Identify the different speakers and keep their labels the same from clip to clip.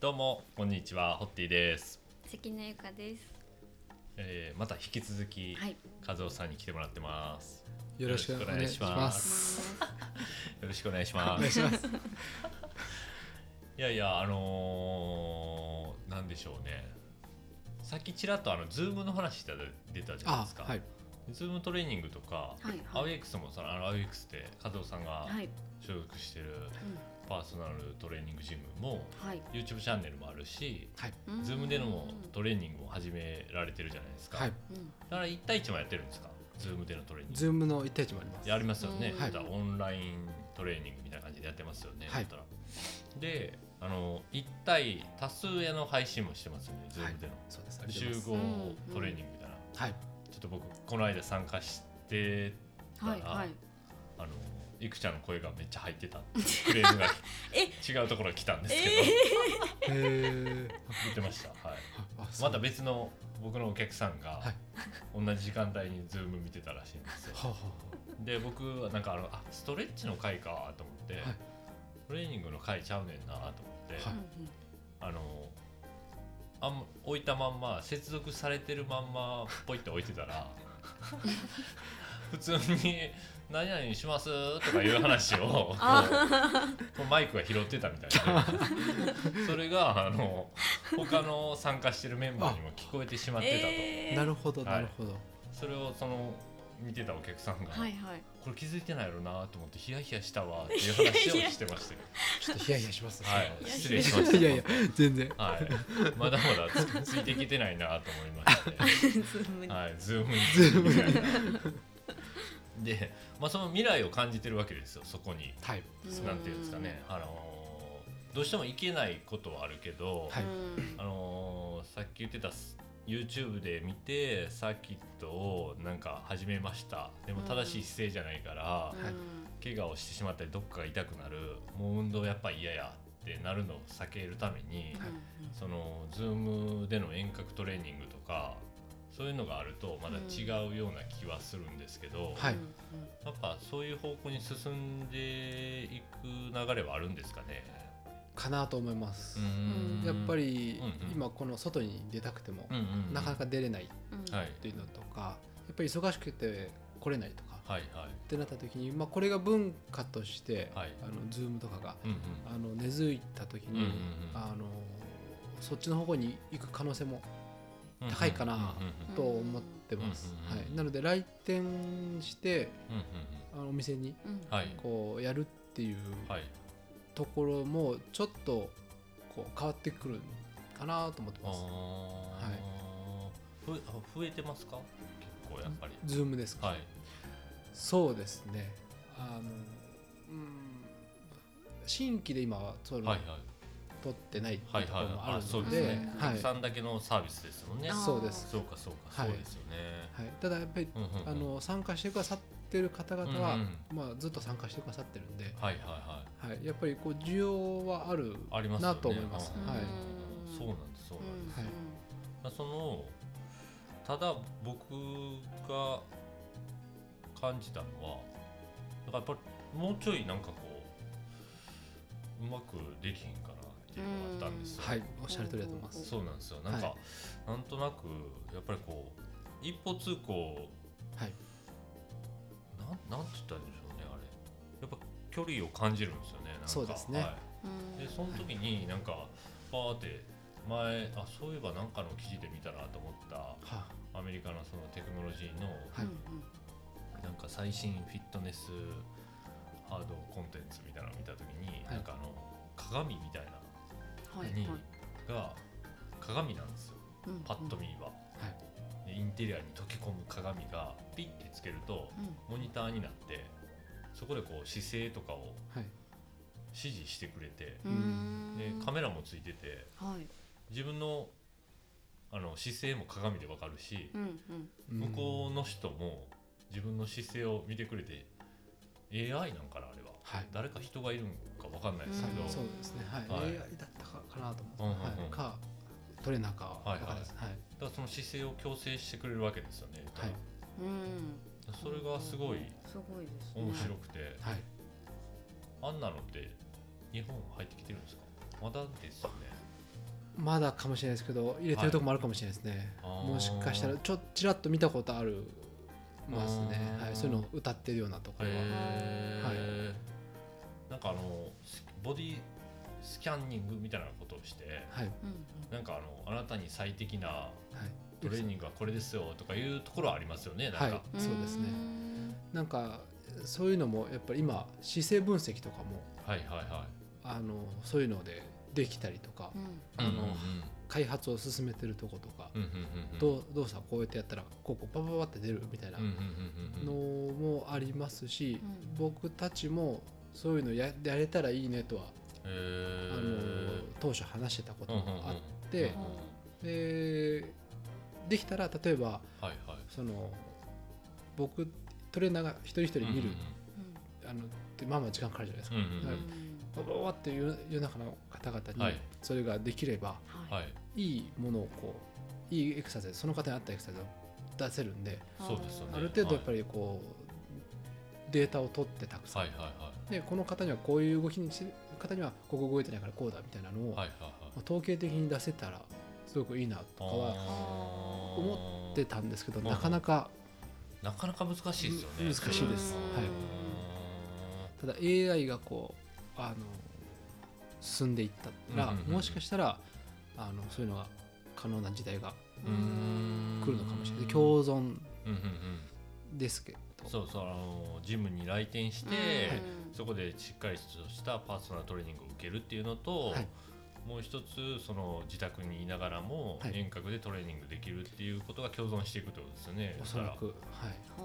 Speaker 1: どうもこんにちはホッティです、
Speaker 2: 関根ゆかです。
Speaker 1: えー、また引き続き、
Speaker 2: はい。
Speaker 1: 和夫さんに来てもらってます
Speaker 3: よろしくお願いし
Speaker 1: よろしくお願いしま
Speaker 3: ますす。
Speaker 1: よろしくお願いし
Speaker 3: お
Speaker 1: ま
Speaker 3: 願い
Speaker 1: す
Speaker 3: します。
Speaker 1: いやいやあのー、なんでしょうねさっきちらっとあのズームの話した出たじゃないで
Speaker 3: あ
Speaker 1: す、か、
Speaker 3: はい。
Speaker 1: ズームトレーニングとか、
Speaker 2: はい
Speaker 1: アウ
Speaker 2: はい。
Speaker 1: ェイクスもそのあのアウェイクスって和夫さんが
Speaker 2: はい。
Speaker 1: 所属してる
Speaker 2: うん
Speaker 1: パーソナルトレーニングジムも
Speaker 2: はい。
Speaker 1: YouTube チャンネルもあるし
Speaker 3: はい。
Speaker 2: うん
Speaker 1: ズームでのトレーニングを始められてるじゃないですか、
Speaker 3: はい。
Speaker 2: うん
Speaker 1: だから1対1もやってるんですか Zoom でのトレーニング
Speaker 3: ズームの一対一もあります。
Speaker 1: やりますよね、
Speaker 2: うん
Speaker 3: はい
Speaker 1: だからオンライントレーニングみたいな感じでやってますよね、
Speaker 3: はい
Speaker 1: だったらであの1対多数への配信もしてますよね Zoom での、
Speaker 3: そうです。ありがとう
Speaker 1: 集
Speaker 3: ございます
Speaker 1: 合トレーニングみたいな、
Speaker 3: はい。
Speaker 1: ちょっと僕この間参加してたら、
Speaker 2: はい。はい。
Speaker 1: あのいくちゃんの声がめっちゃ入ってたっていうクレー ムが違うところに来たんですけど、
Speaker 3: へえ。
Speaker 1: 言ってました、はい、
Speaker 3: あそう
Speaker 1: また別の僕のお客さんが、
Speaker 3: はい
Speaker 1: 同じ時間帯に Zoom 見てたらしいんですよ
Speaker 3: はあは
Speaker 1: で僕はなんかあのあストレッチの回かと思って、
Speaker 3: はい
Speaker 1: トレーニングの回ちゃうねんなと思って、
Speaker 3: はい
Speaker 1: あのあんま置いたまんま接続されてるまんまポイって置いてたら普通に「何々します?」とかいう 話をこうこうマイクが拾ってたみたい でそれがあの他の参加してるメンバーにも聞こえてしまってたと、
Speaker 3: あ。なるほど、
Speaker 1: はい
Speaker 3: なるほど。
Speaker 1: それをその見てたお客さんが、
Speaker 2: はいはい。
Speaker 1: これ気づいてないやろなと思ってヒヤヒヤしたわっていう話をしてましたよ
Speaker 3: ちょっとヒヤヒヤしますね。
Speaker 1: はい、
Speaker 2: や
Speaker 1: 失礼しました。
Speaker 3: いやいや、全然。
Speaker 1: はい、まだまだつついてきてないなと思いまし
Speaker 2: ズーム
Speaker 1: て、
Speaker 2: に。
Speaker 1: はい、ズームに
Speaker 3: ズーム
Speaker 1: で、まあ、その未来を感じてるわけですよ、そこに。
Speaker 3: はい。
Speaker 2: うん
Speaker 1: なんていうんですかね、あのーどうしても行けないことはあるけど、
Speaker 3: はい
Speaker 2: うん
Speaker 1: あのーさっき言ってたす YouTube で見てサーキットをなんか始めましたでも正しい姿勢じゃないから、
Speaker 3: はい
Speaker 2: うん
Speaker 1: 怪我をしてしまったりどっかが痛くなるもう運動やっぱ嫌やってなるのを避けるために、
Speaker 2: うん
Speaker 1: その Zoom での遠隔トレーニングとかそういうのがあるとまだ違うような気はするんですけど、
Speaker 3: はい
Speaker 2: うん
Speaker 1: やっぱそういう方向に進んでいく流れはあるんですかね。
Speaker 3: かなと思います。
Speaker 2: ん
Speaker 3: やっぱ、り
Speaker 1: うんうん、
Speaker 3: 今この外に出たくても
Speaker 1: うん、うん
Speaker 3: なかなか出れない
Speaker 2: うん
Speaker 1: はい
Speaker 3: というのとか。やっぱり忙しくて、来れないとか。
Speaker 1: はいはい
Speaker 3: ってなった時に、まあ、これが文化として、
Speaker 1: はい
Speaker 3: あのズームとかが。
Speaker 1: うんうん
Speaker 3: あの根付いた時
Speaker 1: うんうん
Speaker 3: に、あのそっちの方向に行く可能性も
Speaker 1: うん
Speaker 3: 高いかな
Speaker 1: うんうん
Speaker 2: うん
Speaker 3: と思ってま
Speaker 1: う
Speaker 3: す、
Speaker 1: んうん
Speaker 3: は
Speaker 1: うん
Speaker 3: い、なので来店して
Speaker 1: うんうん
Speaker 3: あのお店に
Speaker 2: うん
Speaker 1: はい
Speaker 3: こうやるっていう
Speaker 1: うんはい
Speaker 3: ところもちょっとこう変わってくるかなと思って
Speaker 1: あー
Speaker 3: ます
Speaker 1: ふあ増えてますか結構やっぱり
Speaker 3: ズームですか、
Speaker 1: はい
Speaker 3: そうですねあのうん新規で今はそれ
Speaker 1: はいはい
Speaker 3: 取ってないって
Speaker 1: はいいう
Speaker 3: ところもあ
Speaker 1: はいあ
Speaker 3: る
Speaker 1: そう
Speaker 3: の
Speaker 1: で
Speaker 3: です
Speaker 1: ねお
Speaker 3: は
Speaker 1: 客
Speaker 3: い
Speaker 1: さんだけのサービスですもんね
Speaker 2: あー
Speaker 3: そうです
Speaker 1: そうかそうか
Speaker 3: はい
Speaker 1: そうですよね
Speaker 3: はい、ただやっぱり
Speaker 1: うんうんうん
Speaker 3: あの参加してくださってる方々は、
Speaker 1: うんうん
Speaker 3: まあ、ずっと参加してくださってるんで、
Speaker 1: はいはいはい
Speaker 3: はい、やっぱりこう需要はある
Speaker 1: ありますよね
Speaker 3: なと思います。
Speaker 1: うん
Speaker 3: はい
Speaker 2: うん
Speaker 1: そうなんですそうなんです
Speaker 3: はい
Speaker 1: まあそのただ僕が感じたのはだからやっぱりもうちょいなんかこううまくできへんかなっていうのがあったんですよ、
Speaker 3: はい、おっしゃる通りだと思います。
Speaker 1: そうなんですよなんか、
Speaker 3: は
Speaker 1: なんとなくやっぱりこう一歩通行
Speaker 3: はい、
Speaker 1: なんなんて言ったらいいんでしょうねあれやっぱ距離を感じるんですよねなんか
Speaker 3: そうですね
Speaker 1: は
Speaker 2: うん
Speaker 1: い、でその時になんかパーって前あそういえばなんかの記事で見たなと思った
Speaker 3: は
Speaker 1: アメリカのそのテクノロジーの
Speaker 3: はい
Speaker 1: なんか最新フィットネスハードコンテンツみたいなのを見た時に、
Speaker 3: はい
Speaker 1: なんかあの鏡みたいな
Speaker 2: はい
Speaker 1: に、
Speaker 2: はい
Speaker 1: が鏡なんですよ
Speaker 2: うん
Speaker 1: パッと見は、でインテリアに溶け込む鏡がピッてつけると
Speaker 2: うん
Speaker 1: モニターになってそこでこう姿勢とかを
Speaker 3: はい、
Speaker 1: 指示してくれて
Speaker 2: う
Speaker 1: で
Speaker 2: ん
Speaker 1: カメラもついてて
Speaker 2: はい
Speaker 1: 自分のあの姿勢も鏡でわかるし
Speaker 2: うんうん
Speaker 3: うん
Speaker 1: 向こうの人も自分の姿勢を見てくれて AI なんかなあれは
Speaker 3: はい、
Speaker 1: 誰か人がいるんかわかんないです
Speaker 3: さ
Speaker 1: けど
Speaker 2: ん
Speaker 3: そうですね。はい、
Speaker 1: はい
Speaker 3: AI だったかかなと思って、
Speaker 1: うんうんうん
Speaker 3: はい、かトレーナーかは
Speaker 1: はい
Speaker 3: わかんないです。はい、
Speaker 1: だからその姿勢を矯正してくれるわけですよね、
Speaker 3: はい、
Speaker 2: うん
Speaker 1: それがすごい
Speaker 2: すごいですね
Speaker 1: 面白くて、
Speaker 3: はい、
Speaker 1: あんなのって日本入ってきてるんですかまだですよね
Speaker 3: まだかもしれないですけど入れてるとこもあるかもしれないですね、
Speaker 1: あー
Speaker 3: もしかしたらちょちらっと見たことあるますね
Speaker 1: あ、ー
Speaker 3: はい、そういうのを歌ってるようなところは、
Speaker 1: へー
Speaker 3: はい
Speaker 1: なんかあのスボディスキャンニングみたいなことをして
Speaker 3: はい
Speaker 2: うん
Speaker 1: なんかあのあなたに最適な
Speaker 3: はい、
Speaker 1: トレーニングはこれですよとかいうところはありますよねなんか、
Speaker 3: はい
Speaker 2: うん
Speaker 3: そうです
Speaker 2: う
Speaker 3: ね
Speaker 2: ん
Speaker 3: なんかそういうのもやっぱり今姿勢分析とかも
Speaker 1: はい、はいはいは
Speaker 3: あのそういうのでできたりとか、
Speaker 2: うん
Speaker 1: い
Speaker 3: あの開発を進めてるとことか、
Speaker 1: うんうんうんうん
Speaker 3: どう動作をこうやってやったらこうこうパパパパって出るみたいな
Speaker 1: うんうんうん
Speaker 3: の
Speaker 1: うんうん
Speaker 3: もありますし、
Speaker 2: うん
Speaker 3: 僕たちもそういうのややれたらいいねとは、
Speaker 1: へ
Speaker 3: あ
Speaker 1: ー
Speaker 3: の当初話してたこと
Speaker 1: うんうんうん
Speaker 3: があって、
Speaker 1: うんうん
Speaker 3: でできたら例えば
Speaker 1: はいはい
Speaker 3: その僕トレーナーが一人一人見る、あのでまあまあ時間かかるじゃないです
Speaker 1: う
Speaker 3: か。
Speaker 1: んうん
Speaker 2: うん
Speaker 1: うん
Speaker 3: はいパパパパっていう世の中の方々
Speaker 1: は
Speaker 3: に
Speaker 1: い
Speaker 3: それができれば、
Speaker 1: はいい
Speaker 3: いいものをこういいエクササイズその方に合ったエクササイズを出せるんで
Speaker 1: そうですよね
Speaker 3: ある程度やっぱりこうデータを取ってたくさん、
Speaker 1: はいはいは
Speaker 3: でこの方にはこういう動きにしてる方にはここ動いてないからこうだみたいなのを、
Speaker 1: いはいはいはい
Speaker 3: まあ統計的に出せたらすごくいいなとかは思
Speaker 1: 思
Speaker 3: 出たんですけど
Speaker 1: うん
Speaker 3: なかなか
Speaker 1: なかなか難しいですよね
Speaker 3: む難しいです
Speaker 1: うん
Speaker 3: はいただ AI がこうあの進んでいったら、
Speaker 1: うんうんうん
Speaker 3: もしかしたらあのそういうのが可能な時代が
Speaker 1: うーん
Speaker 3: 来るのかもしれない共存
Speaker 1: うんうんうん
Speaker 3: ですけど
Speaker 1: そうそうあのジムに来店して、そこでしっかりとしたパーソナルトレーニングを受けるっていうのと、
Speaker 3: はい
Speaker 1: もう一つその自宅にいながらも
Speaker 3: はい
Speaker 1: 遠隔でトレーニングできるっていうことが共存していくってことですよね。
Speaker 3: おそらく、はい、
Speaker 1: だ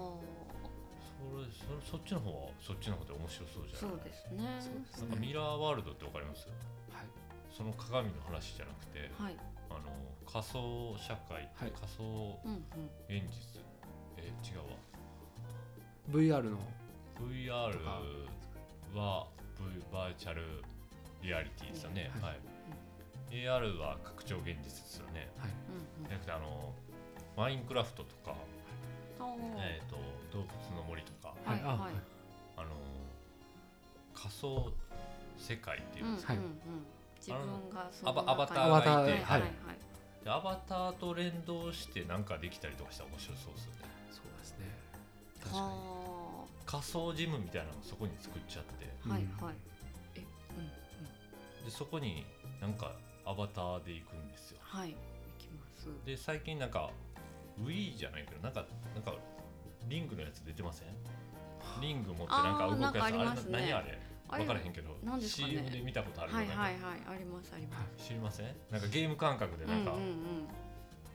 Speaker 1: からそれそそっちの方はそっちの方で面白そうじゃ
Speaker 2: そ
Speaker 1: ない
Speaker 2: うですね
Speaker 3: そう
Speaker 1: なん
Speaker 3: ですね
Speaker 1: かミラーワールドってわかります
Speaker 3: はい、
Speaker 1: その鏡の話じゃなくて
Speaker 2: はい
Speaker 1: あの仮想社会、
Speaker 3: はい
Speaker 1: 仮想
Speaker 2: うん
Speaker 1: 現実え違うわ
Speaker 3: VR の
Speaker 1: VR
Speaker 3: とか
Speaker 1: は V バーチャルリアリティですよね、
Speaker 3: は
Speaker 1: はいい AR は拡張現実ですよね
Speaker 2: うん
Speaker 1: じゃなくてあのマインクラフトとか、
Speaker 2: うんうん
Speaker 1: えー、と動物の森とか
Speaker 2: はい
Speaker 3: あ
Speaker 2: はい
Speaker 1: あの仮想世界っていうんですか、
Speaker 3: は
Speaker 2: う
Speaker 3: い
Speaker 2: んうんうん自分がそ
Speaker 1: アバアバタ
Speaker 3: アバ
Speaker 1: ー
Speaker 3: ター
Speaker 1: がいて、
Speaker 3: はい
Speaker 1: はいでアバターと連動してなんかできたりとかしたら面白そうですよね
Speaker 3: そうですね確か
Speaker 2: は
Speaker 1: 仮想ジムみたいなのもそこに作っちゃって
Speaker 2: あ
Speaker 3: に
Speaker 2: はい
Speaker 3: うん
Speaker 2: はいえうん
Speaker 1: でそこになんかアバターで行くんですよ
Speaker 2: はい行きます
Speaker 1: で最近なんか Wii じゃないけどなんかなんかリングのやつ出てませんリング持ってなんか動くやつ
Speaker 2: あーなんかあ
Speaker 1: あ
Speaker 2: り
Speaker 1: れ
Speaker 2: ま
Speaker 1: な
Speaker 2: すね
Speaker 1: 何あれ
Speaker 2: あれ
Speaker 1: 分からへんけど
Speaker 2: なんですかね
Speaker 1: CM で見たことある
Speaker 2: はいはい
Speaker 1: なんか
Speaker 2: はいありますあります
Speaker 1: 知りませんなんかゲーム感覚でなんか
Speaker 2: う
Speaker 1: こ
Speaker 2: んうん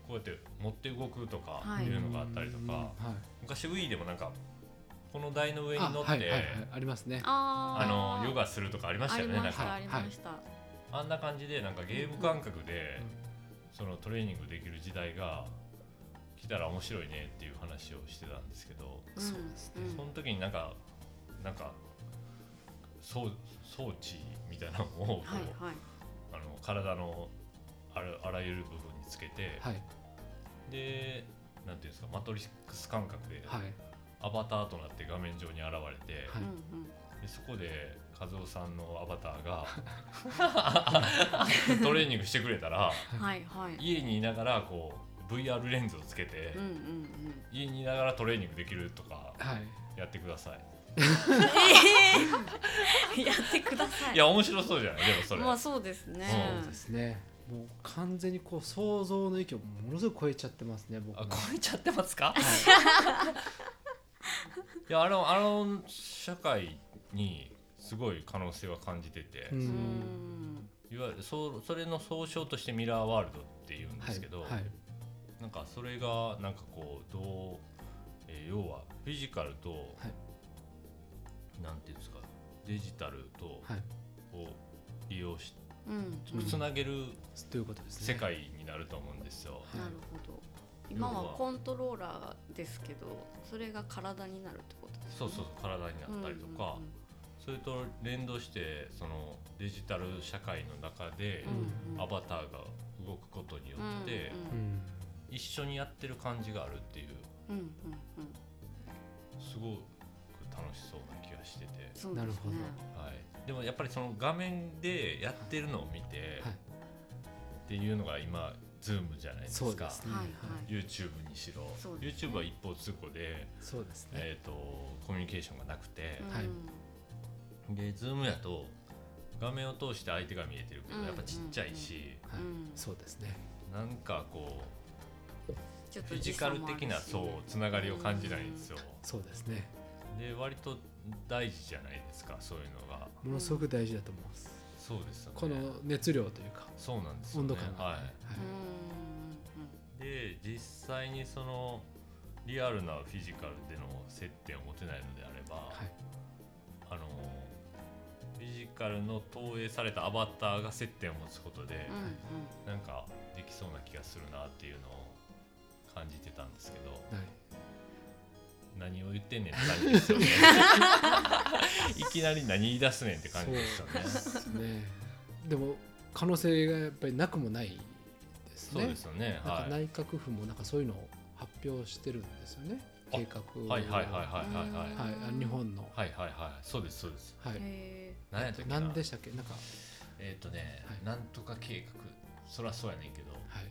Speaker 1: うやって持って動くとか
Speaker 2: はい
Speaker 1: いうのがあったりとか、
Speaker 3: うんはい
Speaker 1: 昔 Wii でもなんかこの台の上に乗って
Speaker 3: あ
Speaker 1: あ,、
Speaker 3: はいはいはいありますね
Speaker 2: うんあー
Speaker 1: のヨガするとかありましたよね
Speaker 2: あり
Speaker 1: な
Speaker 2: ま
Speaker 1: ん
Speaker 2: した
Speaker 1: か
Speaker 2: ありました
Speaker 1: あんな感じでなんかゲーム感覚でそのトレーニングできる時代が来たら面白いねっていう話をしてたんですけど、
Speaker 2: うん
Speaker 3: そうですね
Speaker 2: うん
Speaker 1: その時になんかなんか装装置みたいなのをこう、
Speaker 2: はいはい
Speaker 1: あの体のあらあらゆる部分につけて、
Speaker 3: はい
Speaker 1: でなんていうんですかマトリックス感覚で
Speaker 3: はい
Speaker 1: アバターとなって画面上に現れて、
Speaker 3: はい
Speaker 2: うんうん
Speaker 1: でそこで和夫さんのアバター がトレーニングしてくれたら
Speaker 2: はいはい。
Speaker 1: 家にいながらこう VR レンズをつけて、
Speaker 2: うんうんうん。
Speaker 1: 家にいながらトレーニングできるとか
Speaker 3: はい
Speaker 1: やってください。
Speaker 2: え ー、やってください。
Speaker 1: いや面白そうじゃないでもそれ。
Speaker 2: まあそうですね。
Speaker 1: そう
Speaker 3: ですねもう完全にこう想像の域をものすごく超えちゃってますね僕
Speaker 1: あ
Speaker 3: は
Speaker 1: 超えちゃってます か？いやあのあの社会にすごい可能性は感じてて、
Speaker 3: う
Speaker 2: うんん。
Speaker 1: いわゆるそうそれの総称としてミラーワールドっていうんですけど、
Speaker 3: はいはい
Speaker 1: なんかそれがなんかこうどう、えー要はフィジカルと、
Speaker 3: は
Speaker 1: なんていうんですかデジタルと
Speaker 3: はい
Speaker 1: を利用し
Speaker 2: うん。
Speaker 3: うん
Speaker 1: つなげる
Speaker 3: ということですね
Speaker 1: 世界になると思うんですよ。
Speaker 2: なるほど。今はコントローラーですけど、それが体になるってことですね。
Speaker 1: そうそう体になったりとか、それと連動してそのデジタル社会の中で
Speaker 2: うんうんうん。
Speaker 1: アバターが動くことによって
Speaker 3: うん
Speaker 1: 一緒にやってる感じがあるっていう
Speaker 2: うんうんうんうん。
Speaker 1: すごく楽しそうな気がしてて、
Speaker 2: そうですね。
Speaker 3: なるほど
Speaker 1: はい、でもやっぱりその画面でやってるのを見て、
Speaker 3: はい
Speaker 1: っていうのが今 Zoom じゃないですか
Speaker 3: そうですね、
Speaker 2: はいはい
Speaker 1: YouTube にしろ、
Speaker 2: そうですね
Speaker 1: YouTube は一方通行で、
Speaker 3: そうですね、
Speaker 1: えー、とコミュニケーションがなくて、
Speaker 3: はい
Speaker 2: うん
Speaker 1: で Zoom やと画面を通して相手が見えてるけど、
Speaker 2: うん
Speaker 1: やっぱちっちゃいし、
Speaker 3: はい
Speaker 2: うん
Speaker 3: そうですね
Speaker 1: なんかこ
Speaker 2: ちょっ
Speaker 1: うフ
Speaker 2: と
Speaker 1: ィジ
Speaker 2: 時
Speaker 1: カ
Speaker 2: 差
Speaker 1: ル
Speaker 2: もあるし
Speaker 1: 的なそうつながりを感じないんですよ。
Speaker 3: そうですね
Speaker 1: で割と大事じゃないですかそういうのが
Speaker 3: ものすごく大事だと思います、
Speaker 1: そうですよね
Speaker 3: この熱量というか
Speaker 1: そうなんですよ、ね、
Speaker 3: 温度感が、
Speaker 1: は
Speaker 2: うんうんうん
Speaker 1: い、で実際にそのリアルなフィジカルでの接点を持てないのであれば、
Speaker 3: はい
Speaker 1: あのフィジカルの投影されたアバターが接点を持つことで、
Speaker 2: うんうん
Speaker 1: なんかできそうな気がするなっていうのを感じてたんですけど
Speaker 3: はい
Speaker 1: 何を言ってんねんって感じですよねいきなり何言い出すねんって感じですよね
Speaker 3: ですねでも可能性がやっぱりなくもないです
Speaker 1: そう
Speaker 3: ね
Speaker 1: ですよね
Speaker 3: なん
Speaker 1: は
Speaker 3: か
Speaker 1: い
Speaker 3: 内閣府もなんかそういうのを発表してるんですよね
Speaker 1: あ
Speaker 3: 計画を
Speaker 1: はいはいはいはいはいはい
Speaker 2: うん
Speaker 3: はいあの日本のは
Speaker 1: はいはいはいそうですそうです
Speaker 3: い
Speaker 2: へ
Speaker 1: 何やったっけな
Speaker 3: 何でしたっけなんか
Speaker 1: えっ、とね、
Speaker 3: はい
Speaker 1: なんとか計画そりゃそうやねんけど
Speaker 3: はい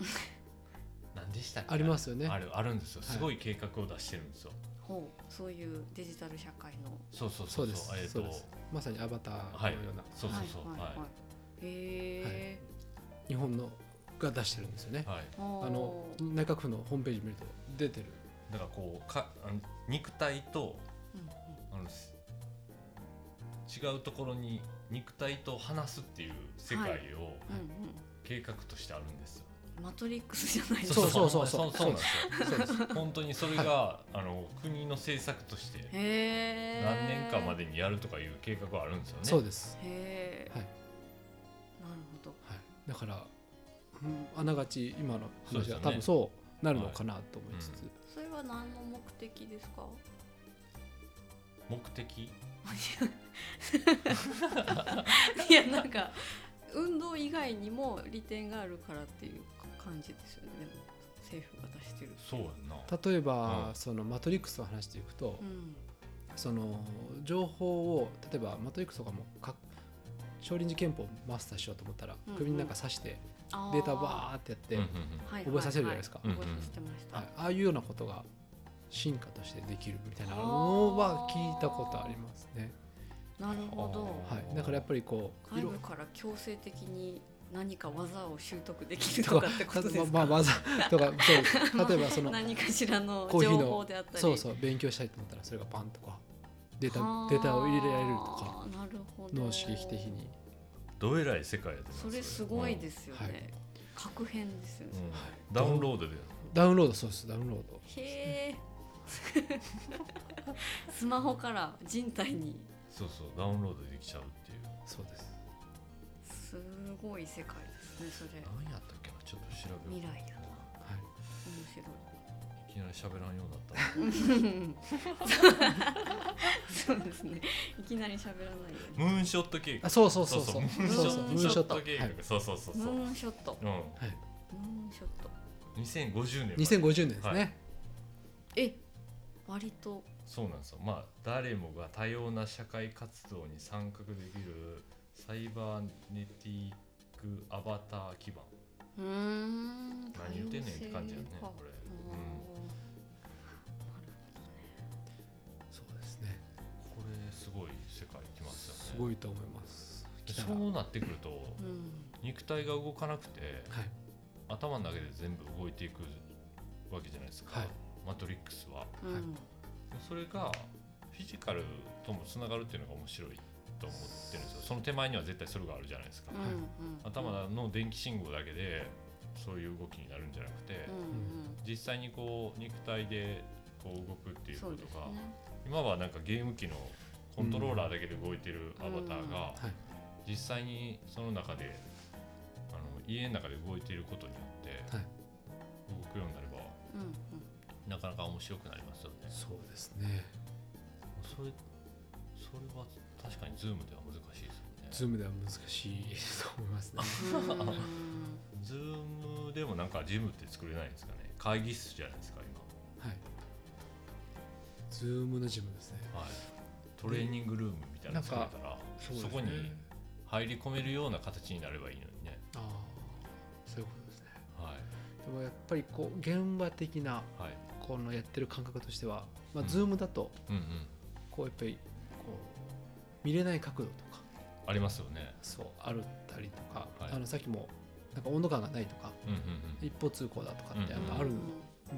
Speaker 1: 何でしたっけ
Speaker 3: ありますよね
Speaker 1: あるあるんですよ
Speaker 3: はい
Speaker 1: すごい計画を出してるんですよ、
Speaker 2: ーほうそういうデジタル社会の
Speaker 1: そうそうそ
Speaker 3: そううで
Speaker 1: そう
Speaker 3: す
Speaker 1: えっ、
Speaker 3: そ
Speaker 1: と
Speaker 3: うですまさにアバタ
Speaker 1: は
Speaker 3: ー
Speaker 1: い
Speaker 3: のような
Speaker 1: そうそうそう
Speaker 2: はい
Speaker 1: は
Speaker 2: はいはいへ
Speaker 3: 日本のが出してるんですよね
Speaker 1: い、はい
Speaker 2: ーほう
Speaker 3: あの内閣府のホームページ見ると出てる
Speaker 1: だからこうかあの肉体と
Speaker 2: うんうん
Speaker 1: あのす違うところに肉体と話すっていう世界を
Speaker 2: うんうん
Speaker 1: 計画としてあるんですよ、
Speaker 2: マトリックスじゃないです
Speaker 3: そうそうそう
Speaker 1: そうそうなんです
Speaker 3: そうです
Speaker 1: よ本当にそれが、あの国の政策として
Speaker 2: へえ
Speaker 1: 何年かま
Speaker 2: へ
Speaker 1: でにやるとかいう計画はあるんですよね。
Speaker 3: そうです
Speaker 2: え
Speaker 3: はい
Speaker 2: なるほど
Speaker 3: はいだからうんあながち今の話
Speaker 1: そ
Speaker 3: は多
Speaker 1: うですよね
Speaker 3: 分そうなるのかなと思いつ
Speaker 1: はい
Speaker 3: つ
Speaker 2: それは何の目的で すか
Speaker 1: 目的
Speaker 2: いやなんか運動以外にも利点があるからっていう感じですよねでも政府が出してる
Speaker 1: そうやんな。
Speaker 3: 例えば、
Speaker 1: うん
Speaker 3: そのマトリックスの話でいくと、
Speaker 2: うん
Speaker 3: その情報を例えばマトリックスとかもか少林寺拳法をマスターしようと思ったら、
Speaker 2: うんうん
Speaker 3: 首になんか刺して
Speaker 2: あ
Speaker 3: データバーってやって、
Speaker 1: うんうん
Speaker 2: はいはい
Speaker 3: 覚えさせるじゃないですか
Speaker 2: は覚えさせてました、
Speaker 3: はいああいうようなことが進化としてできるみたいなのは聞いたことありますね、
Speaker 2: なるほど
Speaker 1: あー
Speaker 3: はい、だからやっぱりこう
Speaker 2: 外部から強制的に何か技を習得できるとかってことですか、
Speaker 3: まあまあ技とかそう例えばそ の
Speaker 2: 何かしらの
Speaker 3: コーヒー
Speaker 2: 情
Speaker 3: の
Speaker 2: 報であったり
Speaker 3: そうそう勉強したいと思ったらそれがバンとかデータ
Speaker 2: はあ
Speaker 3: データを入れられるとか
Speaker 2: なるほど
Speaker 3: 脳刺激的に、
Speaker 1: どえらい世界やと思い
Speaker 2: そ
Speaker 1: ます
Speaker 2: れすごいですよね、
Speaker 3: はい
Speaker 2: 確変ですよね
Speaker 1: う、ん
Speaker 3: はい
Speaker 1: ダウンロードで
Speaker 3: ダウンロードそうですダウンロード
Speaker 2: へえ スマホから人体に
Speaker 1: そうそうダウンロードできちゃうっていう
Speaker 3: そうです
Speaker 2: すごい世界ですねそれ
Speaker 1: 何やったっけなちょっと調べ
Speaker 2: 未
Speaker 1: よ
Speaker 2: 来だな
Speaker 3: はい
Speaker 1: ういきなり喋らんようになった わ
Speaker 2: 面白いそうですねいきなり喋らないよね
Speaker 1: ムーンショット計
Speaker 3: あ
Speaker 1: 画
Speaker 3: そうそうそうそう
Speaker 1: ムーンシ
Speaker 3: そう
Speaker 1: ョ
Speaker 3: そ
Speaker 1: ット
Speaker 3: うムーンショット
Speaker 1: 計
Speaker 3: はい
Speaker 1: 画そうそうそうそう
Speaker 2: ム
Speaker 1: う
Speaker 2: ーンショット
Speaker 1: ん
Speaker 3: はい、
Speaker 2: ムーンショット
Speaker 1: 2050年まで
Speaker 3: 2050年ですね、
Speaker 1: は
Speaker 2: え割と
Speaker 1: そうなんですよまあ誰もが多様な社会活動に参画できるサイバーネティックアバター基盤
Speaker 2: うーん
Speaker 1: 何言ってんねんって感じやね
Speaker 2: 多様性か
Speaker 1: これうん
Speaker 3: そうですね
Speaker 1: これすごい世界来ますよね
Speaker 3: すごいと思います来たら
Speaker 1: そうなってくると
Speaker 2: あーうん
Speaker 1: 肉体が動かなくて
Speaker 3: はい
Speaker 1: 頭の中で全部動いていくわけじゃないですか、
Speaker 3: はい
Speaker 1: マトリックスは
Speaker 2: うん、
Speaker 3: はい
Speaker 1: それがフィジカルともつながるっていうのが面白いと思ってるんですよその手前には絶対それがあるじゃないですか、
Speaker 2: うんうん
Speaker 1: 頭の電気信号だけでそういう動きになるんじゃなくて、
Speaker 2: うんうん
Speaker 1: 実際にこう肉体でこう動くっていうこと
Speaker 2: そうです
Speaker 1: が、
Speaker 2: ね
Speaker 1: 今はなんかゲーム機のコントローラーだけで動いてるアバターが、
Speaker 3: はい
Speaker 1: 実際にその中であの家の中で動いていることによって、
Speaker 3: はい
Speaker 1: 動くようになれば
Speaker 2: うん うん
Speaker 1: なかなか面白くなりますよね。
Speaker 3: そうですね
Speaker 1: それそれは確かにズームでは難しいですよね。
Speaker 3: ズームでは難しいと思います ね
Speaker 2: うん
Speaker 1: ズームでもなんかジムって作れないんですかね会議室じゃないですか今、
Speaker 3: はいズームのジムですね
Speaker 1: はい、トレーニングルームみたいなの作れたらそ,、こに入り込めるような形になればいいのにね
Speaker 3: ああそういうことですね
Speaker 1: は
Speaker 3: でもやっぱりこう現場的ない
Speaker 1: はい
Speaker 3: このやってる感覚としては、まあ、
Speaker 1: うん
Speaker 3: Zoom だと
Speaker 1: うんうん
Speaker 3: こうやっぱりこう見れない角度とか
Speaker 1: ありますよね
Speaker 3: そうあるったりとか、
Speaker 1: はい
Speaker 3: あのさっきもなんか温度感がないとか
Speaker 1: うんうん
Speaker 3: 一方通行だとかってやっぱあるん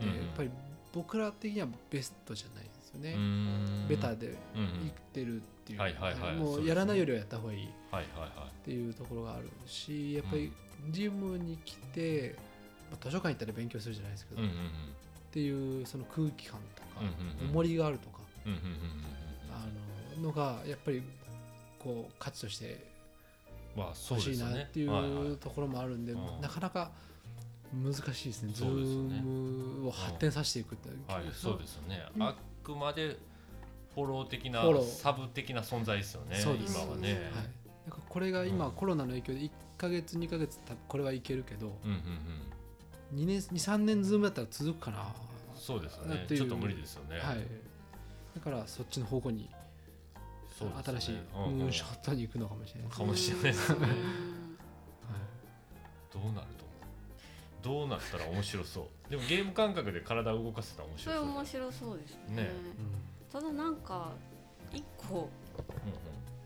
Speaker 3: で、
Speaker 1: ん
Speaker 3: や
Speaker 1: うん
Speaker 3: っぱり僕ら的にはベストじゃないですよね、
Speaker 1: うんうーん
Speaker 3: ベタで
Speaker 1: うんうん
Speaker 3: 生きてるっていう、
Speaker 1: はいはいはいそ
Speaker 3: も
Speaker 1: うです
Speaker 3: う
Speaker 1: ね
Speaker 3: やらないよりはやった方がいいっ
Speaker 1: はいはいはい
Speaker 3: ていうところがあるしやっぱりジムに来て、まあ図書館行ったら勉強するじゃないですけ
Speaker 1: う
Speaker 3: ど、
Speaker 1: んうん
Speaker 3: っ
Speaker 1: うん
Speaker 3: ていうその空気感とか、
Speaker 1: うんうんうん
Speaker 3: 重りがあるとか
Speaker 1: うんうんうん
Speaker 3: あののがやっぱりこう価値として
Speaker 1: うんまあそう
Speaker 3: 欲
Speaker 1: で
Speaker 3: しい
Speaker 1: すよ
Speaker 3: な
Speaker 1: ね
Speaker 3: ってい
Speaker 1: はいは
Speaker 3: うところもあるんで、
Speaker 1: うん
Speaker 3: なかなか難しいですね。ズ
Speaker 1: そうですよね
Speaker 3: ームを発展させていくっていう、
Speaker 1: い、はい、そうですよね、
Speaker 2: うん
Speaker 1: あくまでフォロー的な
Speaker 3: フォロー
Speaker 1: サブ的な存在ですよね
Speaker 3: そうです
Speaker 1: 今はね、
Speaker 3: はい、なんかこれが今、
Speaker 1: うん
Speaker 3: コロナの影響で1か月2か月多分これはいけるけど
Speaker 1: うんうん
Speaker 3: 2年23年ズームだったら続くかな、
Speaker 1: うんそうですよ
Speaker 3: だ
Speaker 1: ね
Speaker 3: っていう
Speaker 1: ちょっと無理ですよね、
Speaker 3: はい、だからそっちの方向に、
Speaker 1: そうですね
Speaker 3: 新しい
Speaker 1: うんうん
Speaker 3: ムーンショットに行くのかもしれないです
Speaker 1: かもしれないですね
Speaker 2: うん
Speaker 1: どうなると思うどうなったら面白そうでもゲーム感覚で体を動かせたら面
Speaker 2: そ
Speaker 1: 白
Speaker 2: れ
Speaker 1: そう
Speaker 2: 面白そうですね
Speaker 1: ね
Speaker 2: ただなんか一個
Speaker 1: うんうん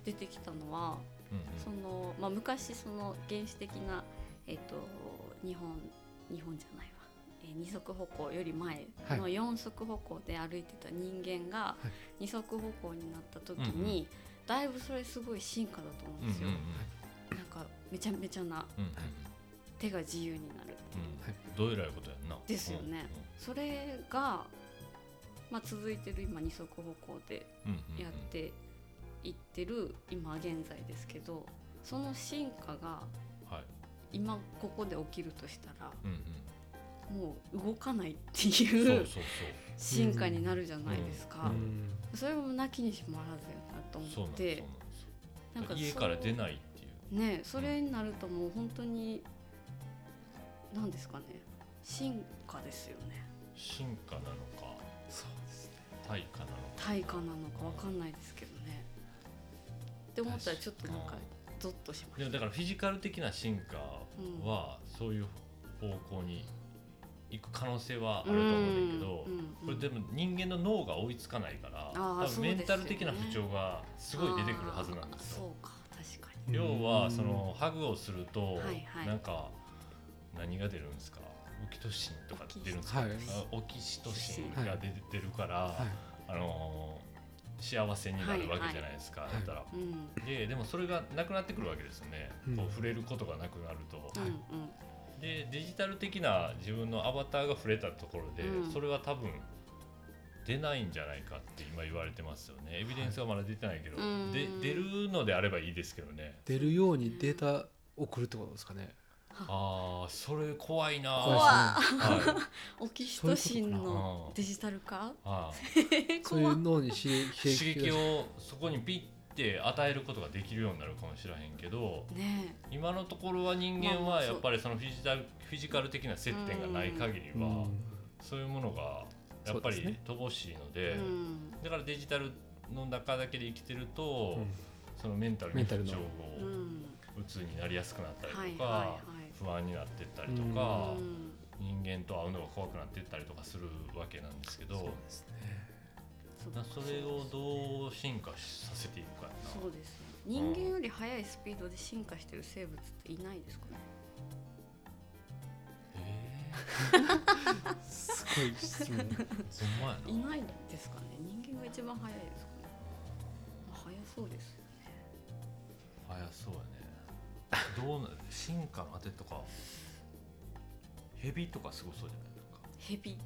Speaker 2: 出てきたのは
Speaker 1: うんうん
Speaker 2: その、まあ、昔その原始的な、えっと日本日本じゃないわ、えー二足歩行より前の
Speaker 3: は
Speaker 2: 四足歩行で歩いてた人間が
Speaker 3: い
Speaker 2: 二足歩行になった時
Speaker 1: うんう
Speaker 2: に、だいぶそれすごい進化だと思うんですよ。
Speaker 1: うんうん
Speaker 2: なんかめちゃめちゃな
Speaker 1: うんうん
Speaker 2: 手が自由になる
Speaker 1: うんうんどうえらいことやんな
Speaker 2: ですよね
Speaker 1: うんうん
Speaker 2: それが、まあ、続いてる今二足歩行で
Speaker 1: うんうんうん
Speaker 2: やっていってる今現在ですけどその進化が
Speaker 1: はい
Speaker 2: 今ここで起きるとしたら
Speaker 1: うん
Speaker 2: もう動かないって
Speaker 1: うんそ
Speaker 2: いうう
Speaker 1: そう
Speaker 2: 進化になるじゃないです
Speaker 3: う
Speaker 2: か
Speaker 3: んう。ん
Speaker 2: それもなきにしもあらずやなと
Speaker 1: そうそう
Speaker 2: 思
Speaker 1: な
Speaker 2: っ
Speaker 1: んです
Speaker 2: て
Speaker 1: そうなんです
Speaker 2: そう
Speaker 1: 家から出ないっていう
Speaker 2: ねそれになるともう本当に何ですかね進化ですよね
Speaker 1: 進化なのか
Speaker 3: そうですね
Speaker 1: 退化なのか
Speaker 2: 対価なのかわかんないですけどね。って思ったらちょっとなんかゾッとしま
Speaker 1: でも
Speaker 2: し
Speaker 1: だ。
Speaker 2: た
Speaker 1: からフィジカル的な進化はそういう方向に行く可能性はあると思うんだけど、
Speaker 2: うんうん
Speaker 1: これでも人間の脳が追いつかないから
Speaker 2: あー
Speaker 1: 多分メンタル的な
Speaker 2: そう
Speaker 1: 不
Speaker 2: ですよ
Speaker 1: 調がすごい出てくるはずなんです
Speaker 2: あー
Speaker 1: よ。
Speaker 2: そうか確か
Speaker 3: う
Speaker 2: に。
Speaker 1: 要はそのハグをすると
Speaker 2: はいはい
Speaker 1: なんか何が出るんですかオキトシンとか出るんですか
Speaker 3: はい
Speaker 1: あオキシトシンが出て出るから、
Speaker 3: はい
Speaker 1: あのー幸せになるわけじゃないですか、
Speaker 3: いはい
Speaker 1: だったら。
Speaker 2: うんうん
Speaker 1: ででもそれがなくなってくるわけですよね、
Speaker 3: うん
Speaker 1: こう触れることがなくなると。
Speaker 3: はい
Speaker 2: うん
Speaker 1: でデジタル的な自分のアバターが触れたところで、
Speaker 2: うん
Speaker 1: それは多分出ないんじゃないかって今言われてますよねエビデンスはまだ出てないけど、
Speaker 2: うん
Speaker 1: で出るのであればいいですけどね
Speaker 3: 出るようにデータ送るってことですかね。
Speaker 1: ああそれ怖いな
Speaker 3: 怖い
Speaker 1: は
Speaker 2: 怖
Speaker 1: い、
Speaker 2: オキシトシンの
Speaker 1: そ
Speaker 2: デジタ ル化
Speaker 1: はい
Speaker 2: え
Speaker 3: そうい
Speaker 2: 怖
Speaker 3: う
Speaker 2: っ
Speaker 3: 脳に刺
Speaker 1: 刺
Speaker 3: 激
Speaker 1: 激をそこにピッて与えることができるようになるかもしれへんけど
Speaker 2: ね
Speaker 1: 今のところは人間
Speaker 2: まあ
Speaker 1: は
Speaker 2: そう
Speaker 1: やっぱりそのフィジタルフィジカル的な接点がない限り
Speaker 3: うん
Speaker 1: はそういうものがやっぱ
Speaker 3: そうです
Speaker 1: り
Speaker 3: ね
Speaker 1: 乏しいので
Speaker 2: えうん
Speaker 1: だからデジタルの中だけで生きてると
Speaker 3: うん
Speaker 1: そのメンタルの
Speaker 3: メン
Speaker 1: 不
Speaker 3: タルの
Speaker 1: 調を
Speaker 2: うん
Speaker 1: うつになりやすくなった
Speaker 2: は
Speaker 1: り
Speaker 2: い
Speaker 1: と
Speaker 2: は
Speaker 1: か
Speaker 2: い
Speaker 1: 不安になってったりと
Speaker 2: は
Speaker 1: か
Speaker 2: いうん
Speaker 1: 人間と会うのが怖くなってったりとかするわけなんですけ
Speaker 3: そう
Speaker 1: ど
Speaker 3: ですね。
Speaker 2: そう
Speaker 1: なそれをどう進化させていくかやな
Speaker 2: そうです人間より速いスピードで進化してる生物っていないですかね
Speaker 1: え
Speaker 3: すごい質問。
Speaker 1: ーほんまや
Speaker 2: い
Speaker 1: な
Speaker 2: ないですかね人間が一番速いですかね速そうですよね
Speaker 1: 早そうやねどうな進化のあてと かヘビとかすごそうじゃないなんか
Speaker 2: ヘビ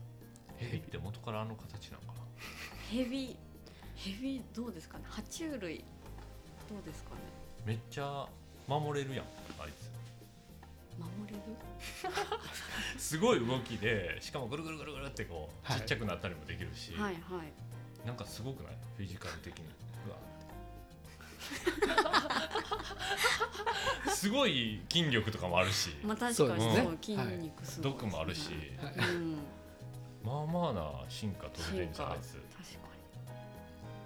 Speaker 1: ヘビって元からあの形なのかな
Speaker 2: ヘビヘビどうですかね爬虫類どうですかね
Speaker 1: めっちゃ守れるやんあい
Speaker 2: 守れる
Speaker 1: つすごい動きでしかもぐるぐるぐるぐるってこう、
Speaker 3: はい
Speaker 1: ちっちゃくなったりもできるし、
Speaker 2: はいはい
Speaker 1: なんかすごくないフィジカル的にう わすごい筋力とかもあるし、
Speaker 2: まあ確
Speaker 3: そう
Speaker 2: か
Speaker 3: で
Speaker 2: に
Speaker 1: すね
Speaker 2: そう筋肉すごいですね
Speaker 1: 毒もあるし、
Speaker 2: うん
Speaker 1: まあまあな進化飛べてん
Speaker 2: 進
Speaker 1: じゃん
Speaker 2: 化
Speaker 1: あいつ
Speaker 2: 確か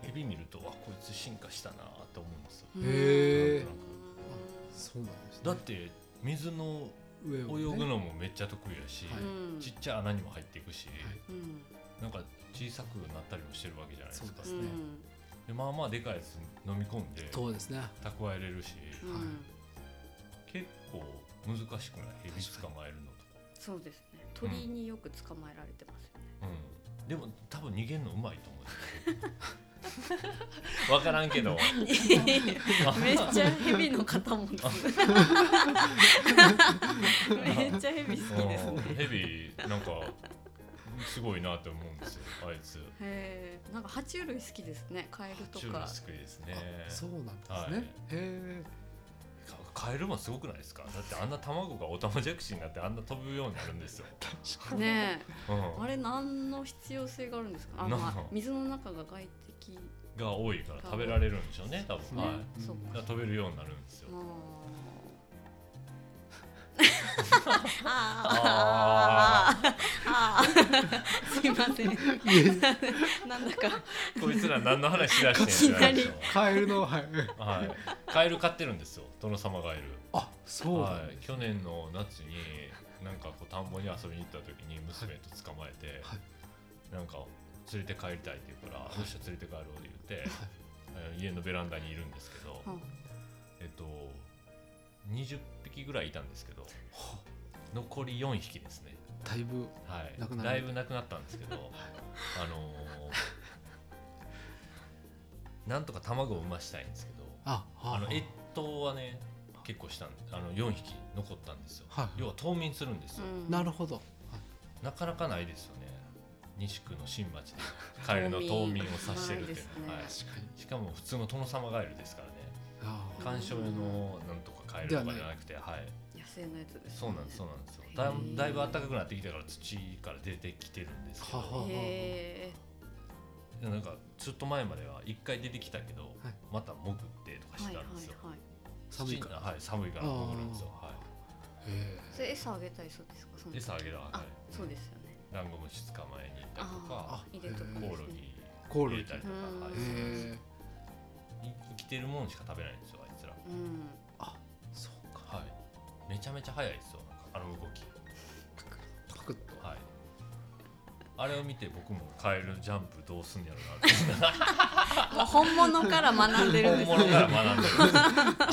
Speaker 1: ヘビ見るとわこいつ進化したなと思うんですよ
Speaker 2: に
Speaker 3: へ
Speaker 1: ー
Speaker 2: うん
Speaker 3: そうなんですね。
Speaker 1: だって水の
Speaker 3: 上をね、
Speaker 1: 泳ぐ
Speaker 3: は
Speaker 1: のもめっちゃ得意やし、
Speaker 3: はい
Speaker 2: うん
Speaker 1: ちっちゃい穴にも入っていくし、
Speaker 3: い
Speaker 2: うん
Speaker 1: なんか小さくなったりもしてるわけじゃないですか
Speaker 3: そう
Speaker 2: う
Speaker 3: ですね
Speaker 2: ん
Speaker 1: でまあまあでかいやつ飲み込んで
Speaker 3: そうですね
Speaker 1: 蓄えれるし
Speaker 2: うん
Speaker 1: 結構難しくないヘビ捕まえるのとか、
Speaker 2: そうですね鳥によく捕まえられてますよね
Speaker 1: うん、でも多分逃げるのうまいと思う わからんけど
Speaker 2: めっちゃヘビの方もですめっちゃヘビ好きですね
Speaker 1: ヘビなんかすごいなって思うんですよあいつ
Speaker 2: へえなんか爬虫類好きですねカエルと
Speaker 1: 爬虫類好
Speaker 2: か
Speaker 1: きですね
Speaker 3: あそうなんですね、
Speaker 1: はい
Speaker 3: へえ
Speaker 1: かカエルもすごくないですかだってあんな卵がオタマジャクシになってあんな飛ぶようになるんですよ、
Speaker 3: 確
Speaker 2: ね
Speaker 1: う
Speaker 2: え
Speaker 1: ん
Speaker 2: あれ何の必要性があるんですかあ、
Speaker 1: なん
Speaker 2: ま
Speaker 1: か
Speaker 2: あ、水の中が外敵
Speaker 1: が多いから食べられるんでしょうね多分
Speaker 2: ね、
Speaker 1: はい
Speaker 3: い
Speaker 2: そう
Speaker 1: だ
Speaker 2: か
Speaker 1: から飛べるようになるんですよ
Speaker 2: もう
Speaker 1: あ
Speaker 2: あーあーすいませんなんだか
Speaker 1: こいつら何の話しだしてんの
Speaker 2: いきなり
Speaker 1: やろ
Speaker 3: カエルのはい
Speaker 1: はいカエル飼ってるんですよ殿様ガエル
Speaker 3: あそうな
Speaker 1: は
Speaker 3: ん
Speaker 1: い
Speaker 3: です
Speaker 1: 去年の夏になんかこう田んぼに遊びに行った時に娘と捕まえて、
Speaker 3: はい
Speaker 1: なんか連れて帰りたいって言うから「どうした連れて帰ろう」って言って、あの家のベランダにいるんですけど、
Speaker 2: うん
Speaker 1: えっと20匹ぐらいいたんですけど残り4匹ですね
Speaker 3: だいぶ
Speaker 1: はい
Speaker 3: なくなる
Speaker 1: だいぶなくなったんですけど、あのーなんとか卵を産ましたいんですけど
Speaker 3: あは
Speaker 1: あの
Speaker 3: は
Speaker 1: 越冬はね結構したんあの4匹残ったんですよ、
Speaker 3: はい
Speaker 1: 要は冬眠するんですよ、
Speaker 2: うん
Speaker 3: なるほど
Speaker 1: なかなかないですよね西区の新町でカエルの冬眠をさしてるっていうのは、
Speaker 2: ない
Speaker 1: は
Speaker 2: で
Speaker 3: 確かに
Speaker 1: い、しかも普通の殿様ガエルですからね
Speaker 3: あー
Speaker 1: 観賞用のなんとかカエルとかじゃなくてはい
Speaker 2: 野生のやつです、ね、
Speaker 1: そうなんですそうなんですよ
Speaker 2: へ
Speaker 1: だ
Speaker 2: ー
Speaker 1: だいぶ暖かくなってきたから土から出てきてるんですけど
Speaker 3: はは
Speaker 2: へ
Speaker 1: な
Speaker 2: え
Speaker 1: んかちょっと前までは一回出てきたけど、
Speaker 3: はい
Speaker 1: また潜ってとか
Speaker 2: は
Speaker 1: し
Speaker 2: い
Speaker 1: て
Speaker 2: は
Speaker 1: た
Speaker 2: い
Speaker 1: んですよ、
Speaker 2: はい
Speaker 3: 寒いから
Speaker 1: 土はい、寒いから潜るんですよ、は
Speaker 3: へ
Speaker 2: そ
Speaker 3: え
Speaker 2: れ餌あげたりそうですかその
Speaker 1: い、餌あげたらあかん
Speaker 2: あそうですよね
Speaker 1: ダンゴムシ捕まえに行ったりと
Speaker 2: あ
Speaker 1: か
Speaker 2: ー入れとくん
Speaker 3: ー
Speaker 1: コ
Speaker 2: で
Speaker 1: オ
Speaker 2: す
Speaker 1: ロ
Speaker 2: ね
Speaker 1: ギ
Speaker 3: コオロ
Speaker 1: 入
Speaker 3: ギ
Speaker 1: れたりとか、
Speaker 2: うん
Speaker 1: はい、
Speaker 3: へえ
Speaker 1: い生きてるもんしか食べないんですよあいつら
Speaker 2: うん
Speaker 3: そうか
Speaker 1: はいめちゃめちゃ速いですよなんかあの動き
Speaker 3: パクッと
Speaker 1: はいあれを見て僕もカエルジャンプどうすんやろなって
Speaker 2: もう本物から学んでるん
Speaker 1: 本
Speaker 2: で
Speaker 1: 物
Speaker 2: す
Speaker 1: から学んで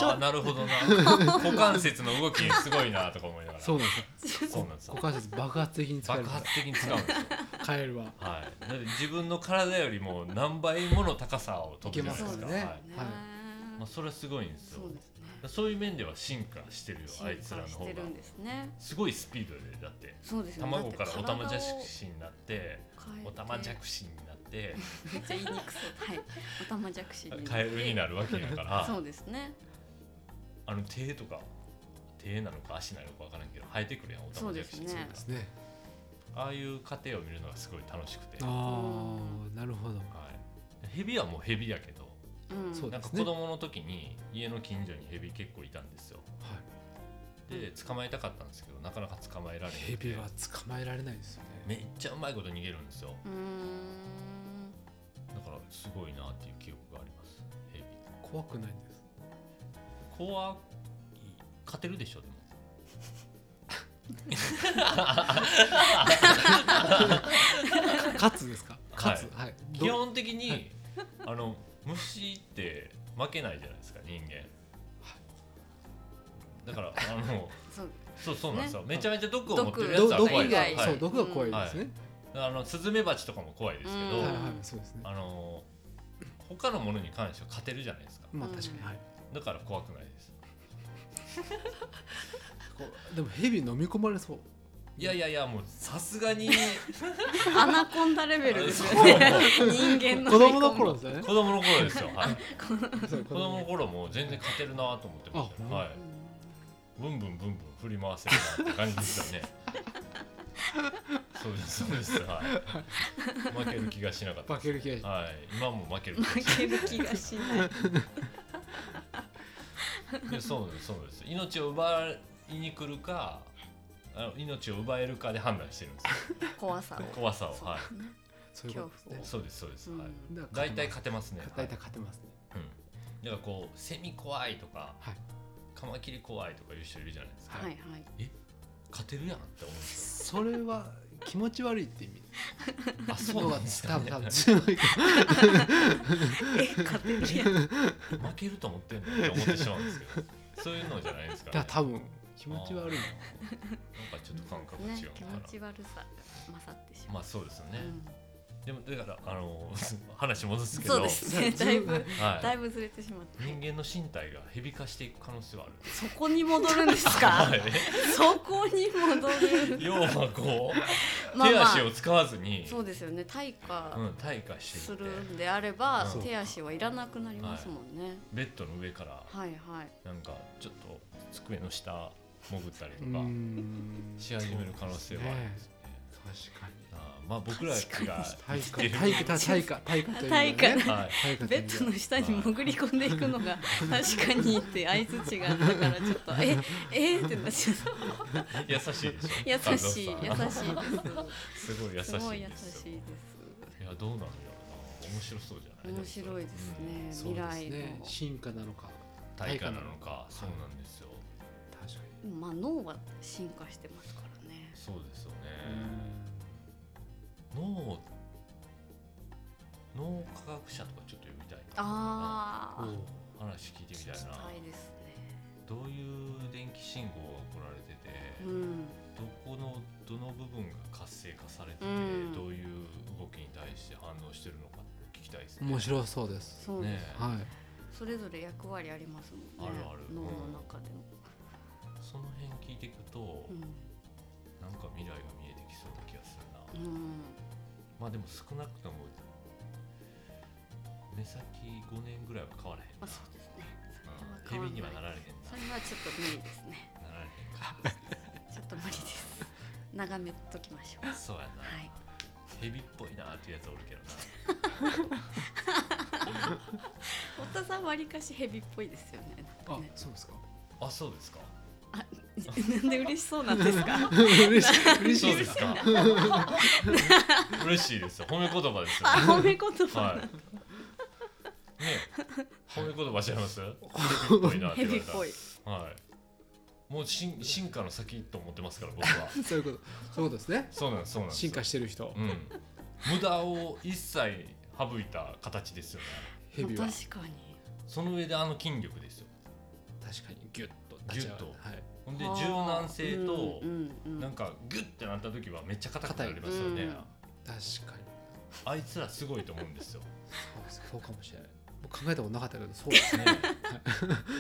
Speaker 1: るあなるほどな股関節の動きすごいなとか思いながら
Speaker 3: そううなんですよ
Speaker 1: そうなんですよ
Speaker 3: 股関節爆発的に使える
Speaker 1: 爆発的に使うんですよ、
Speaker 3: カエルは
Speaker 1: はい、だって自分の体よりも何倍もの高さを飛ぶじゃないです
Speaker 3: いけ
Speaker 1: か
Speaker 3: ますよね
Speaker 1: はい
Speaker 2: ね、
Speaker 3: はい
Speaker 1: まあ、それはすごいんですよ
Speaker 2: そうですね
Speaker 1: そういう面では進化してるよあいつらの
Speaker 2: し
Speaker 1: 方が
Speaker 2: てるんですね
Speaker 1: すごいスピードでだって
Speaker 2: そうですね
Speaker 1: 卵からオタマジャク
Speaker 2: シ
Speaker 1: シになってオタマジャクシになって
Speaker 2: めっちゃ言いにくそうはいオタマジャクシに
Speaker 1: カエルになるわけやから
Speaker 2: そうですね
Speaker 1: あの手とか手なのか足なのか分からんけど生えてくるやんオタマジャクシって
Speaker 2: そうで
Speaker 1: そう
Speaker 2: すね
Speaker 1: だ
Speaker 3: ですね
Speaker 1: ああいう過程を見るのがすごい楽しくて、は
Speaker 3: ああなるほど
Speaker 1: い、ヘビはもうヘビやけど
Speaker 2: うん
Speaker 3: そう
Speaker 1: なんか子供の時に家の近所にヘビ結構いたんですよ
Speaker 3: は
Speaker 1: で捕まえたかったんですけどなかなか捕まえら
Speaker 3: い
Speaker 1: れへ
Speaker 3: ヘ
Speaker 1: ん
Speaker 3: ビは捕まえられないですよね
Speaker 1: めっちゃうまいこと逃げるんですよ
Speaker 2: うーん
Speaker 1: だからすごいなっていう記憶がありますヘビ
Speaker 3: 怖くないんです
Speaker 1: 怖い勝てるでしょでも
Speaker 3: 勝つですか勝つはい
Speaker 1: 基
Speaker 3: ど
Speaker 1: 本的に あの虫って負けないじゃないですか人間だからあの
Speaker 2: そう
Speaker 1: そうそうなんですよ、
Speaker 3: ね
Speaker 1: めちゃめちゃ毒を持ってるやつ
Speaker 3: ど
Speaker 1: は
Speaker 3: 毒
Speaker 1: 怖い
Speaker 3: 以
Speaker 1: です
Speaker 2: 毒
Speaker 3: 外
Speaker 1: は
Speaker 3: そ、
Speaker 1: いう
Speaker 3: 毒が怖いですね
Speaker 1: あのスズメバチとかも怖いですけど、
Speaker 2: うん
Speaker 3: はいはいそうですね
Speaker 1: あの他のものに関しては勝てるじゃないですか
Speaker 3: まあ
Speaker 2: うん
Speaker 3: 確かにはい
Speaker 1: だから怖くないです
Speaker 3: こうでもヘビ飲み込ま れそう
Speaker 1: いやいやいやもうさすがに
Speaker 2: アナコンダレベルですよ
Speaker 1: あ
Speaker 2: ね
Speaker 1: そ
Speaker 2: 人間の
Speaker 3: 子供の頃ですよね
Speaker 1: 子供の頃ですよ、はい、
Speaker 3: そう
Speaker 1: 子
Speaker 3: 子
Speaker 1: 供の頃も全然勝てるなと思ってましたね、
Speaker 3: あ
Speaker 1: はい、ブンブンブンブン振り回せるなって感じでしたねそうですそうですはい負ける気がしなかった
Speaker 3: 化ける気がしない
Speaker 1: はい今も負ける気がしない
Speaker 2: 負ける気がしない
Speaker 1: でそうですそうです命を奪いに来るかあの命を奪えるかで判断してるんですよ
Speaker 2: 怖さを
Speaker 1: 怖さを
Speaker 2: そう
Speaker 1: はい
Speaker 2: ですね
Speaker 3: そういうことですね
Speaker 1: そうですそうです、
Speaker 2: うん
Speaker 1: はい
Speaker 3: だから
Speaker 1: 大体
Speaker 3: 勝
Speaker 1: 勝てますね
Speaker 3: てま
Speaker 1: は
Speaker 3: す大
Speaker 1: い
Speaker 3: 体勝てますね
Speaker 1: うん、だからこうセミ怖いとか、
Speaker 3: はい
Speaker 1: カマキリ怖いとかいう人いるじゃないですか、
Speaker 2: はいはい
Speaker 1: え勝てるやんって思うんです
Speaker 3: それは気持ち悪いって意味
Speaker 1: よ。 あ、そうなんですか、ね。
Speaker 3: 多分多分強い
Speaker 2: え勝てるやん
Speaker 1: 負けると思ってんのって思ってしまうんですけど、そういうのじゃないですか、ね。
Speaker 3: だ 多分気持ち悪い
Speaker 1: なんかちょっと感覚違
Speaker 2: ね
Speaker 1: うの
Speaker 2: 気
Speaker 1: かな
Speaker 2: 持。ち悪さが勝ってしま
Speaker 1: ま
Speaker 2: う、
Speaker 1: あそうですよね。
Speaker 2: うん
Speaker 1: でもだからあの 話戻すけど、
Speaker 2: そうですねだいぶ
Speaker 1: はい、
Speaker 2: だいぶずれてしまった
Speaker 1: 人間の身体がヘビ化していく可能性はある。
Speaker 2: そこに戻るんですか
Speaker 1: はい。
Speaker 2: そこに戻る
Speaker 1: 要はこう、
Speaker 2: まあまあ
Speaker 1: 手足を使わずに、
Speaker 2: そうですよね対
Speaker 1: う
Speaker 2: 価
Speaker 1: ん、退化してい
Speaker 2: す
Speaker 1: って
Speaker 2: るんであれば、
Speaker 1: うん
Speaker 2: 手足はいらなくなりますもんね、
Speaker 1: ベッドの上から
Speaker 2: はい、はい
Speaker 1: なんかちょっと机の下潜ったりと
Speaker 3: な
Speaker 1: か
Speaker 3: うーん
Speaker 1: し始める可能性はあるんですよね。
Speaker 3: 確かに
Speaker 1: あーまあ僕らが
Speaker 2: 確かに
Speaker 3: 体育
Speaker 1: 生きてる
Speaker 3: 体育体育体育という
Speaker 2: 体育
Speaker 3: ね
Speaker 1: はい、
Speaker 3: 体育と
Speaker 2: ベ
Speaker 3: いう
Speaker 2: ッドの下に潜り込んでいくのが確かにって相づちがあったからちょっとええー、ってなっちゃった
Speaker 1: 優しいでしょ。
Speaker 2: 優
Speaker 1: 感動
Speaker 2: しい優しい
Speaker 1: す。すごい優し
Speaker 2: で
Speaker 1: い
Speaker 2: すすごい優
Speaker 1: ですよ
Speaker 2: しいで
Speaker 1: いやどうなるやろな面白そうじゃない
Speaker 2: 面白いですね
Speaker 1: うん
Speaker 3: そうです
Speaker 2: 未来
Speaker 3: ね
Speaker 2: の
Speaker 3: 進化なのか
Speaker 1: 対価なのかそうなんですよ
Speaker 3: 確か
Speaker 2: すまあ脳は進化してますからね
Speaker 1: そうですよね
Speaker 3: に
Speaker 1: 脳脳科学者とかちょっと読みたいな
Speaker 2: あ
Speaker 3: う
Speaker 2: あ
Speaker 3: んおう
Speaker 1: 話聞いてみたいな
Speaker 2: ないですね
Speaker 1: どういう電気信号が送られてて
Speaker 2: うん
Speaker 1: どこのどの部分が活性化されてて
Speaker 2: うん
Speaker 1: どういう動きに対して反応してるのか聞きたいですね
Speaker 3: 面白そうです
Speaker 2: そうです
Speaker 1: ねえ
Speaker 3: はい
Speaker 2: それぞれ役割ありますもんね
Speaker 1: あるある
Speaker 2: 脳の中でも、
Speaker 1: その辺聞いていくと
Speaker 2: う
Speaker 1: なんか未来が見えてきそうな気がするな、
Speaker 2: んうん、
Speaker 1: まあでも少なくとも目先5年ぐらいは変わらへん
Speaker 2: まあ
Speaker 1: な
Speaker 2: そうですね
Speaker 1: うん
Speaker 2: それ
Speaker 1: 蛇
Speaker 2: は
Speaker 1: に
Speaker 2: 変わ
Speaker 1: はなら
Speaker 2: らない
Speaker 1: れへんな
Speaker 2: それはちょっと無理ですね
Speaker 1: なられへ
Speaker 2: ちょっと無理です眺めときましょうは
Speaker 1: んそうやな、
Speaker 2: い
Speaker 1: 蛇っぽいなっていうやつおるけどな
Speaker 2: 太田さんわりかし蛇っぽいですよねなん
Speaker 3: あ
Speaker 2: かね
Speaker 3: そうですか
Speaker 1: あそうですか
Speaker 2: なんで嬉しそうなんで すか
Speaker 3: 嬉しい嬉し
Speaker 1: そう
Speaker 3: い
Speaker 1: で
Speaker 3: ですす
Speaker 1: か 嬉しいですよ褒め言葉ですよ
Speaker 2: あ褒め言葉、
Speaker 1: はいね褒め言葉ちゃい ます蛇っぽいなって言わ
Speaker 2: 蛇
Speaker 1: れ
Speaker 2: ったぽい
Speaker 1: はいもう進進化の先と思ってますから僕 は
Speaker 3: そういうことそういうことですね
Speaker 1: そうなんですそうなんです
Speaker 3: 進化
Speaker 1: し
Speaker 3: してる人
Speaker 1: うん無駄を一切省いた形ですよね
Speaker 3: ヘビは
Speaker 2: 確かに
Speaker 1: その上であの筋力ですよ
Speaker 3: 確かにギュッと立ち上が
Speaker 1: ギ
Speaker 3: る
Speaker 1: ュッと
Speaker 3: はい
Speaker 1: ほんで柔軟性と
Speaker 2: うんうんうん
Speaker 1: なんかグッてなった時はめっちゃ硬くなりますよね
Speaker 2: 硬いうん
Speaker 3: 確かに
Speaker 1: あいつらすごいと思うんですよ、
Speaker 3: そうですそうかもしれないもう考えたことなかったけどそうです ね
Speaker 1: ね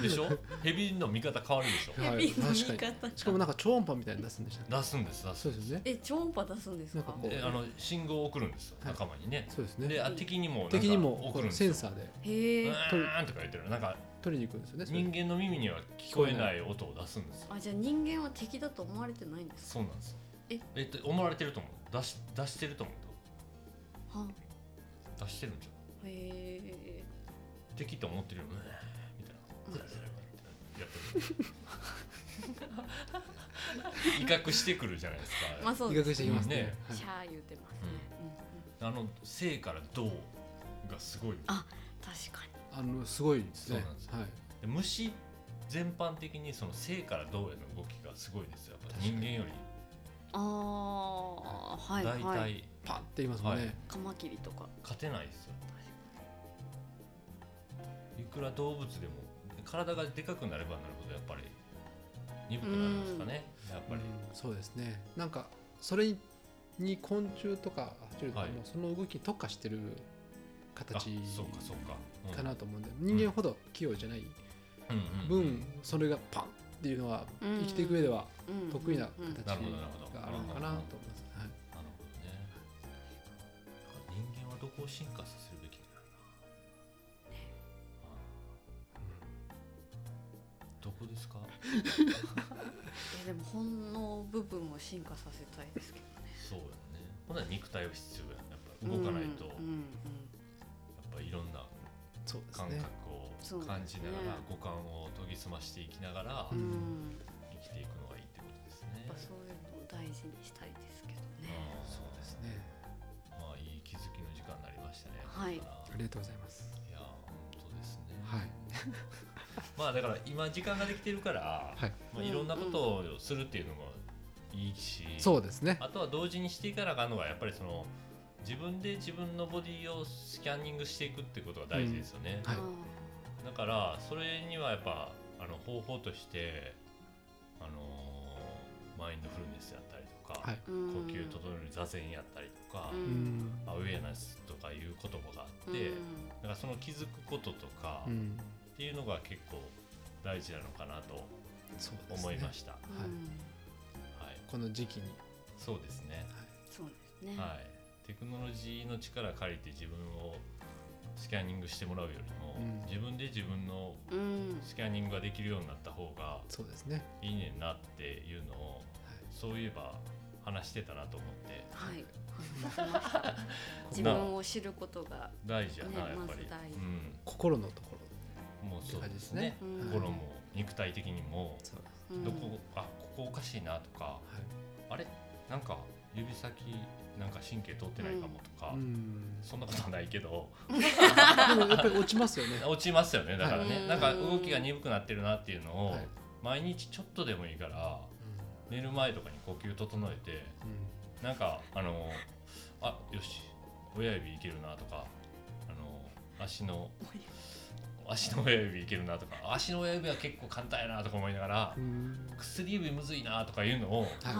Speaker 1: で しょヘビの見方変わるでしょ
Speaker 3: はい
Speaker 2: 蛇の見
Speaker 3: 確か
Speaker 2: 方
Speaker 3: しかもなんか超音波みたいに出すんでしたね
Speaker 1: 出すんです出す
Speaker 3: そ
Speaker 1: ん
Speaker 3: う
Speaker 1: で
Speaker 3: ですすよね
Speaker 2: え超音波出すんですか
Speaker 3: なんかこう
Speaker 1: であの信号を送るんですよ
Speaker 3: はい
Speaker 1: 仲間にね、
Speaker 3: そうです
Speaker 1: で
Speaker 3: ね
Speaker 1: あ敵にもなんか
Speaker 3: 敵にも
Speaker 1: 送る
Speaker 3: こ
Speaker 1: ん
Speaker 3: の
Speaker 1: です
Speaker 3: セ
Speaker 1: よ
Speaker 3: ンサーで
Speaker 2: へえ、
Speaker 1: うーんとか言ってるなんか
Speaker 3: 取りに行くんですよねそれ
Speaker 1: 人間の耳には聞こえない音を出すんですよ
Speaker 2: あじゃあ人間は敵だと思われてないんですか
Speaker 1: そうなんですよ
Speaker 2: え
Speaker 1: えっと思われてると思う出し出してると思
Speaker 2: は
Speaker 1: う出してるんじゃん
Speaker 2: へえ
Speaker 1: 敵と思ってるよねみたいなやってる 威嚇してくるじゃないですか、
Speaker 2: まあそう
Speaker 3: 威
Speaker 2: です
Speaker 3: 嚇してきますね
Speaker 1: ね
Speaker 3: はい
Speaker 2: シャー言うてますね、うんうん
Speaker 1: あの生から動がすごい
Speaker 2: あ確かに
Speaker 3: あのすごいです
Speaker 1: そう
Speaker 3: ね
Speaker 1: なんですよ
Speaker 3: はい
Speaker 1: で虫全般的にその生から動への動きがすごいですよやっぱ人間より
Speaker 2: ああはい
Speaker 1: 大
Speaker 2: はい
Speaker 1: 体
Speaker 3: パンって言いますもん
Speaker 1: は
Speaker 3: ね
Speaker 1: い
Speaker 2: カマキリとか
Speaker 1: 勝てないですよ、い、くら動物でも体がでかくなればなるほどやっぱり鈍くなるんですかねやっぱり
Speaker 3: うんそうですねなんかそれに昆虫とか爬虫類とかもその動きに特化してる
Speaker 1: あ
Speaker 3: 形
Speaker 1: そうかそうか、うん
Speaker 3: かなと思うんで人間ほど器用じゃない
Speaker 1: うんうんうん
Speaker 3: 分それがパンっていうのは
Speaker 2: うん
Speaker 3: 生きていく上では
Speaker 2: うん
Speaker 3: 得意な
Speaker 2: うんうん
Speaker 3: 形
Speaker 1: な
Speaker 3: があ
Speaker 1: るほ
Speaker 3: る
Speaker 1: ど
Speaker 3: の
Speaker 1: なるほど
Speaker 3: かなと思いますはい
Speaker 1: なるほどね。だから人間はどこを進化させるべきだよな。うんどこですか。
Speaker 2: えでも本能部分を進化させたいですけど
Speaker 1: そうやね。ほんなら肉体は必要やん。やっぱ動かないと、
Speaker 2: うん
Speaker 1: やっ
Speaker 2: うんうん
Speaker 1: ぱいろんな
Speaker 3: そうです
Speaker 1: 感
Speaker 3: ね
Speaker 1: 覚
Speaker 2: そう
Speaker 1: を
Speaker 2: で
Speaker 1: 感じ
Speaker 2: すね
Speaker 1: ながら、五感を研ぎ澄ましていきながら
Speaker 2: う
Speaker 3: うん
Speaker 2: ん
Speaker 1: 生きていくのがいいってことです
Speaker 2: やっ
Speaker 1: ね
Speaker 2: ぱ。そういうのを大事にしたいですけどね
Speaker 1: あー
Speaker 3: そうです。ね
Speaker 1: まあいい気づきの時間になりましたね。
Speaker 2: はい
Speaker 1: だから
Speaker 3: ありがとうございます
Speaker 1: いやー本当ですね。
Speaker 3: はい
Speaker 1: まあだから今時間ができてるから、
Speaker 3: はい
Speaker 1: まあ、いろんなことをするっていうのもいいし
Speaker 3: そうですね
Speaker 1: あとは同時にしていかなあかんのがやっぱりその自分で自分のボディをスキャニングしていくってことが大事ですよね、
Speaker 3: はい
Speaker 2: あー
Speaker 1: だからそれにはやっぱあの方法としてあのーマインドフルネスやったりとか、
Speaker 3: はい
Speaker 2: うん
Speaker 1: 呼吸整える座禅やったりとか、
Speaker 2: う
Speaker 3: うんん
Speaker 1: アウェアネスとかいう言葉があって、
Speaker 2: うん
Speaker 1: だからその気づくこととか
Speaker 3: う
Speaker 1: っ
Speaker 3: ん
Speaker 1: ていうのが結構大事なのかなと
Speaker 3: そうですね
Speaker 1: 思いました、
Speaker 3: はい
Speaker 2: うん
Speaker 1: はい、
Speaker 3: この時期に
Speaker 1: そうですね、
Speaker 2: そうですね、
Speaker 1: はい、テクノロジーの力を借りて自分をスキャニングしてもらうよりも、
Speaker 3: うん
Speaker 1: 自分で自分の
Speaker 2: うん
Speaker 1: スキャニングができるようになった方が
Speaker 3: そうですね
Speaker 1: いいねんなっていうのをそういえば話してたなと思って
Speaker 2: はい
Speaker 3: はい
Speaker 2: 自分を知ることが、
Speaker 1: 大事やな、
Speaker 2: ね
Speaker 1: やっぱ
Speaker 2: ま
Speaker 1: り
Speaker 2: ず大、事
Speaker 1: う
Speaker 3: 心のところ
Speaker 1: ん、もうそうですね
Speaker 3: ね
Speaker 2: うん
Speaker 1: 心も肉体的にも
Speaker 3: そうです
Speaker 2: うん
Speaker 1: どこあここおかしいなとかあれなんか指先なんか神経通ってないかもとか、
Speaker 3: はいうん
Speaker 1: そんなことはないけど
Speaker 3: でもやっぱり落ちますよね
Speaker 1: 落ちますよねだからね、
Speaker 2: はい
Speaker 1: なんか動きが鈍くなってるなっていうのを、
Speaker 3: はい
Speaker 1: 毎日ちょっとでもいいから寝る前とかに呼吸整えて
Speaker 3: うん
Speaker 1: なんかあのあよし親指いけるなとかあの足の足の親指いけるなとか足の親指は結構簡単やなとか思いながら
Speaker 3: うん
Speaker 1: 薬指むずいなとかいうのをやっていくと
Speaker 2: あ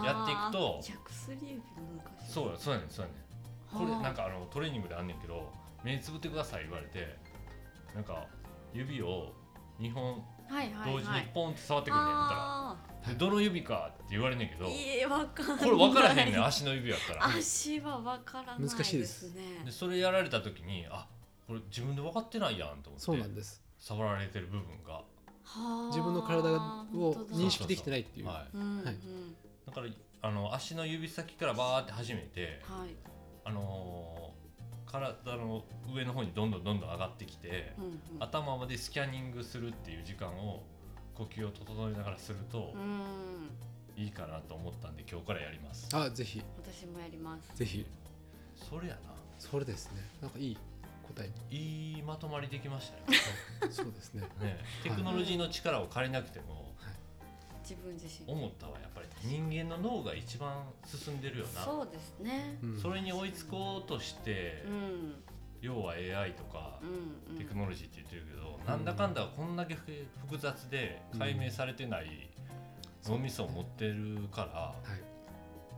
Speaker 2: ーじゃあ薬指難しい
Speaker 1: そう
Speaker 2: う
Speaker 1: やそうやねんそうやねんこれなんかあのトレーニングであんねんけど目つぶってください言われてなんか指を2本
Speaker 2: はいはい
Speaker 1: 同時
Speaker 2: は
Speaker 1: に
Speaker 2: い
Speaker 1: ポンって触ってくんねん言ったら
Speaker 2: あ
Speaker 1: でどの指かって言われんねんけ
Speaker 2: あ
Speaker 1: どこ
Speaker 2: いいえわかんない
Speaker 1: れ分からへんねん足の指やったら
Speaker 2: 足はわからないですね
Speaker 3: 難しいです
Speaker 1: でそれやられた時にあこれ自分で分かってないやんと思
Speaker 3: そうな
Speaker 1: っ
Speaker 3: ん
Speaker 1: て
Speaker 3: です
Speaker 1: 触られてる部分が
Speaker 2: はあ
Speaker 3: 自分の体を認識できてないっていう
Speaker 1: は
Speaker 2: うんうん
Speaker 3: は
Speaker 2: はいい、
Speaker 1: いだからあの足の指先からバーって始めてあのー体の上の方にどんどんどんどん上がってきて
Speaker 2: うんうん、
Speaker 1: 頭までスキャニングするっていう時間を呼吸を整えながらすると
Speaker 2: うん
Speaker 1: いいかなと思ったんで今日からやります
Speaker 3: あぜひ
Speaker 2: 私もやります
Speaker 3: ぜひ
Speaker 1: それやな
Speaker 3: それですねなんかいい答 え
Speaker 1: いいまとまりできました
Speaker 3: にそうですね
Speaker 1: よ、ね、テクノロジーの力を借りなくても
Speaker 2: 自分自身
Speaker 1: 思ったわやっぱり人間の脳が一番進んでるよな
Speaker 2: そうですね
Speaker 3: うん
Speaker 1: それに追いつこうとして、
Speaker 2: うん
Speaker 1: 要は AI とか
Speaker 2: う、んうん
Speaker 1: テクノロジーって言ってるけど、
Speaker 3: ん
Speaker 1: なんだかんだこんだけ複複雑で
Speaker 3: うん
Speaker 1: 解明されてない脳みそを持ってるから、
Speaker 3: はい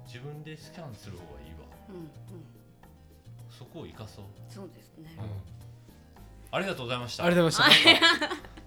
Speaker 1: 自分でスキャンする方がいいわ
Speaker 2: うんうん
Speaker 1: そこを生かそう、
Speaker 2: そうですね
Speaker 1: うんありがとうございました
Speaker 3: ありがとうございまし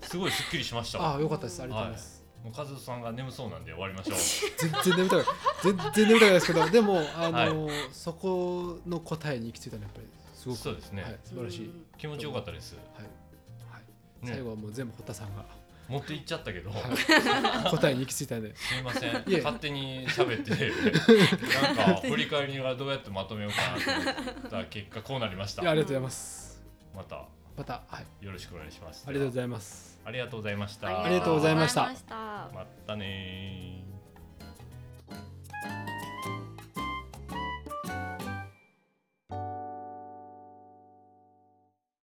Speaker 3: た
Speaker 1: すごいすっきりしました
Speaker 3: あ
Speaker 1: も
Speaker 3: あよかったですありがとうございます
Speaker 1: う和夫さんが眠そうなんで終わりましょう
Speaker 3: 全然眠たくない全然眠たくないですけどでもあのそこの答えに行き着いたのはやっぱりすごく
Speaker 1: そうですね、
Speaker 3: はい素晴らしい
Speaker 2: うん
Speaker 1: 気持ちよかったです、
Speaker 3: はいはい
Speaker 1: ね
Speaker 3: 最後はもう全部堀田さんが
Speaker 1: 持っていっちゃったけど、
Speaker 3: はい答えに行き着いたんです
Speaker 1: みません
Speaker 3: いえ
Speaker 1: 勝手に喋って なんか振り返りがどうやってまとめようかなと思った結果こうなりました
Speaker 3: いやありがとうございます
Speaker 1: また
Speaker 3: またはい
Speaker 1: よろしくお願いします
Speaker 3: ありがとうございます
Speaker 1: ありがとうございました
Speaker 3: ありがとうございました
Speaker 2: ありがとうございました
Speaker 1: またねー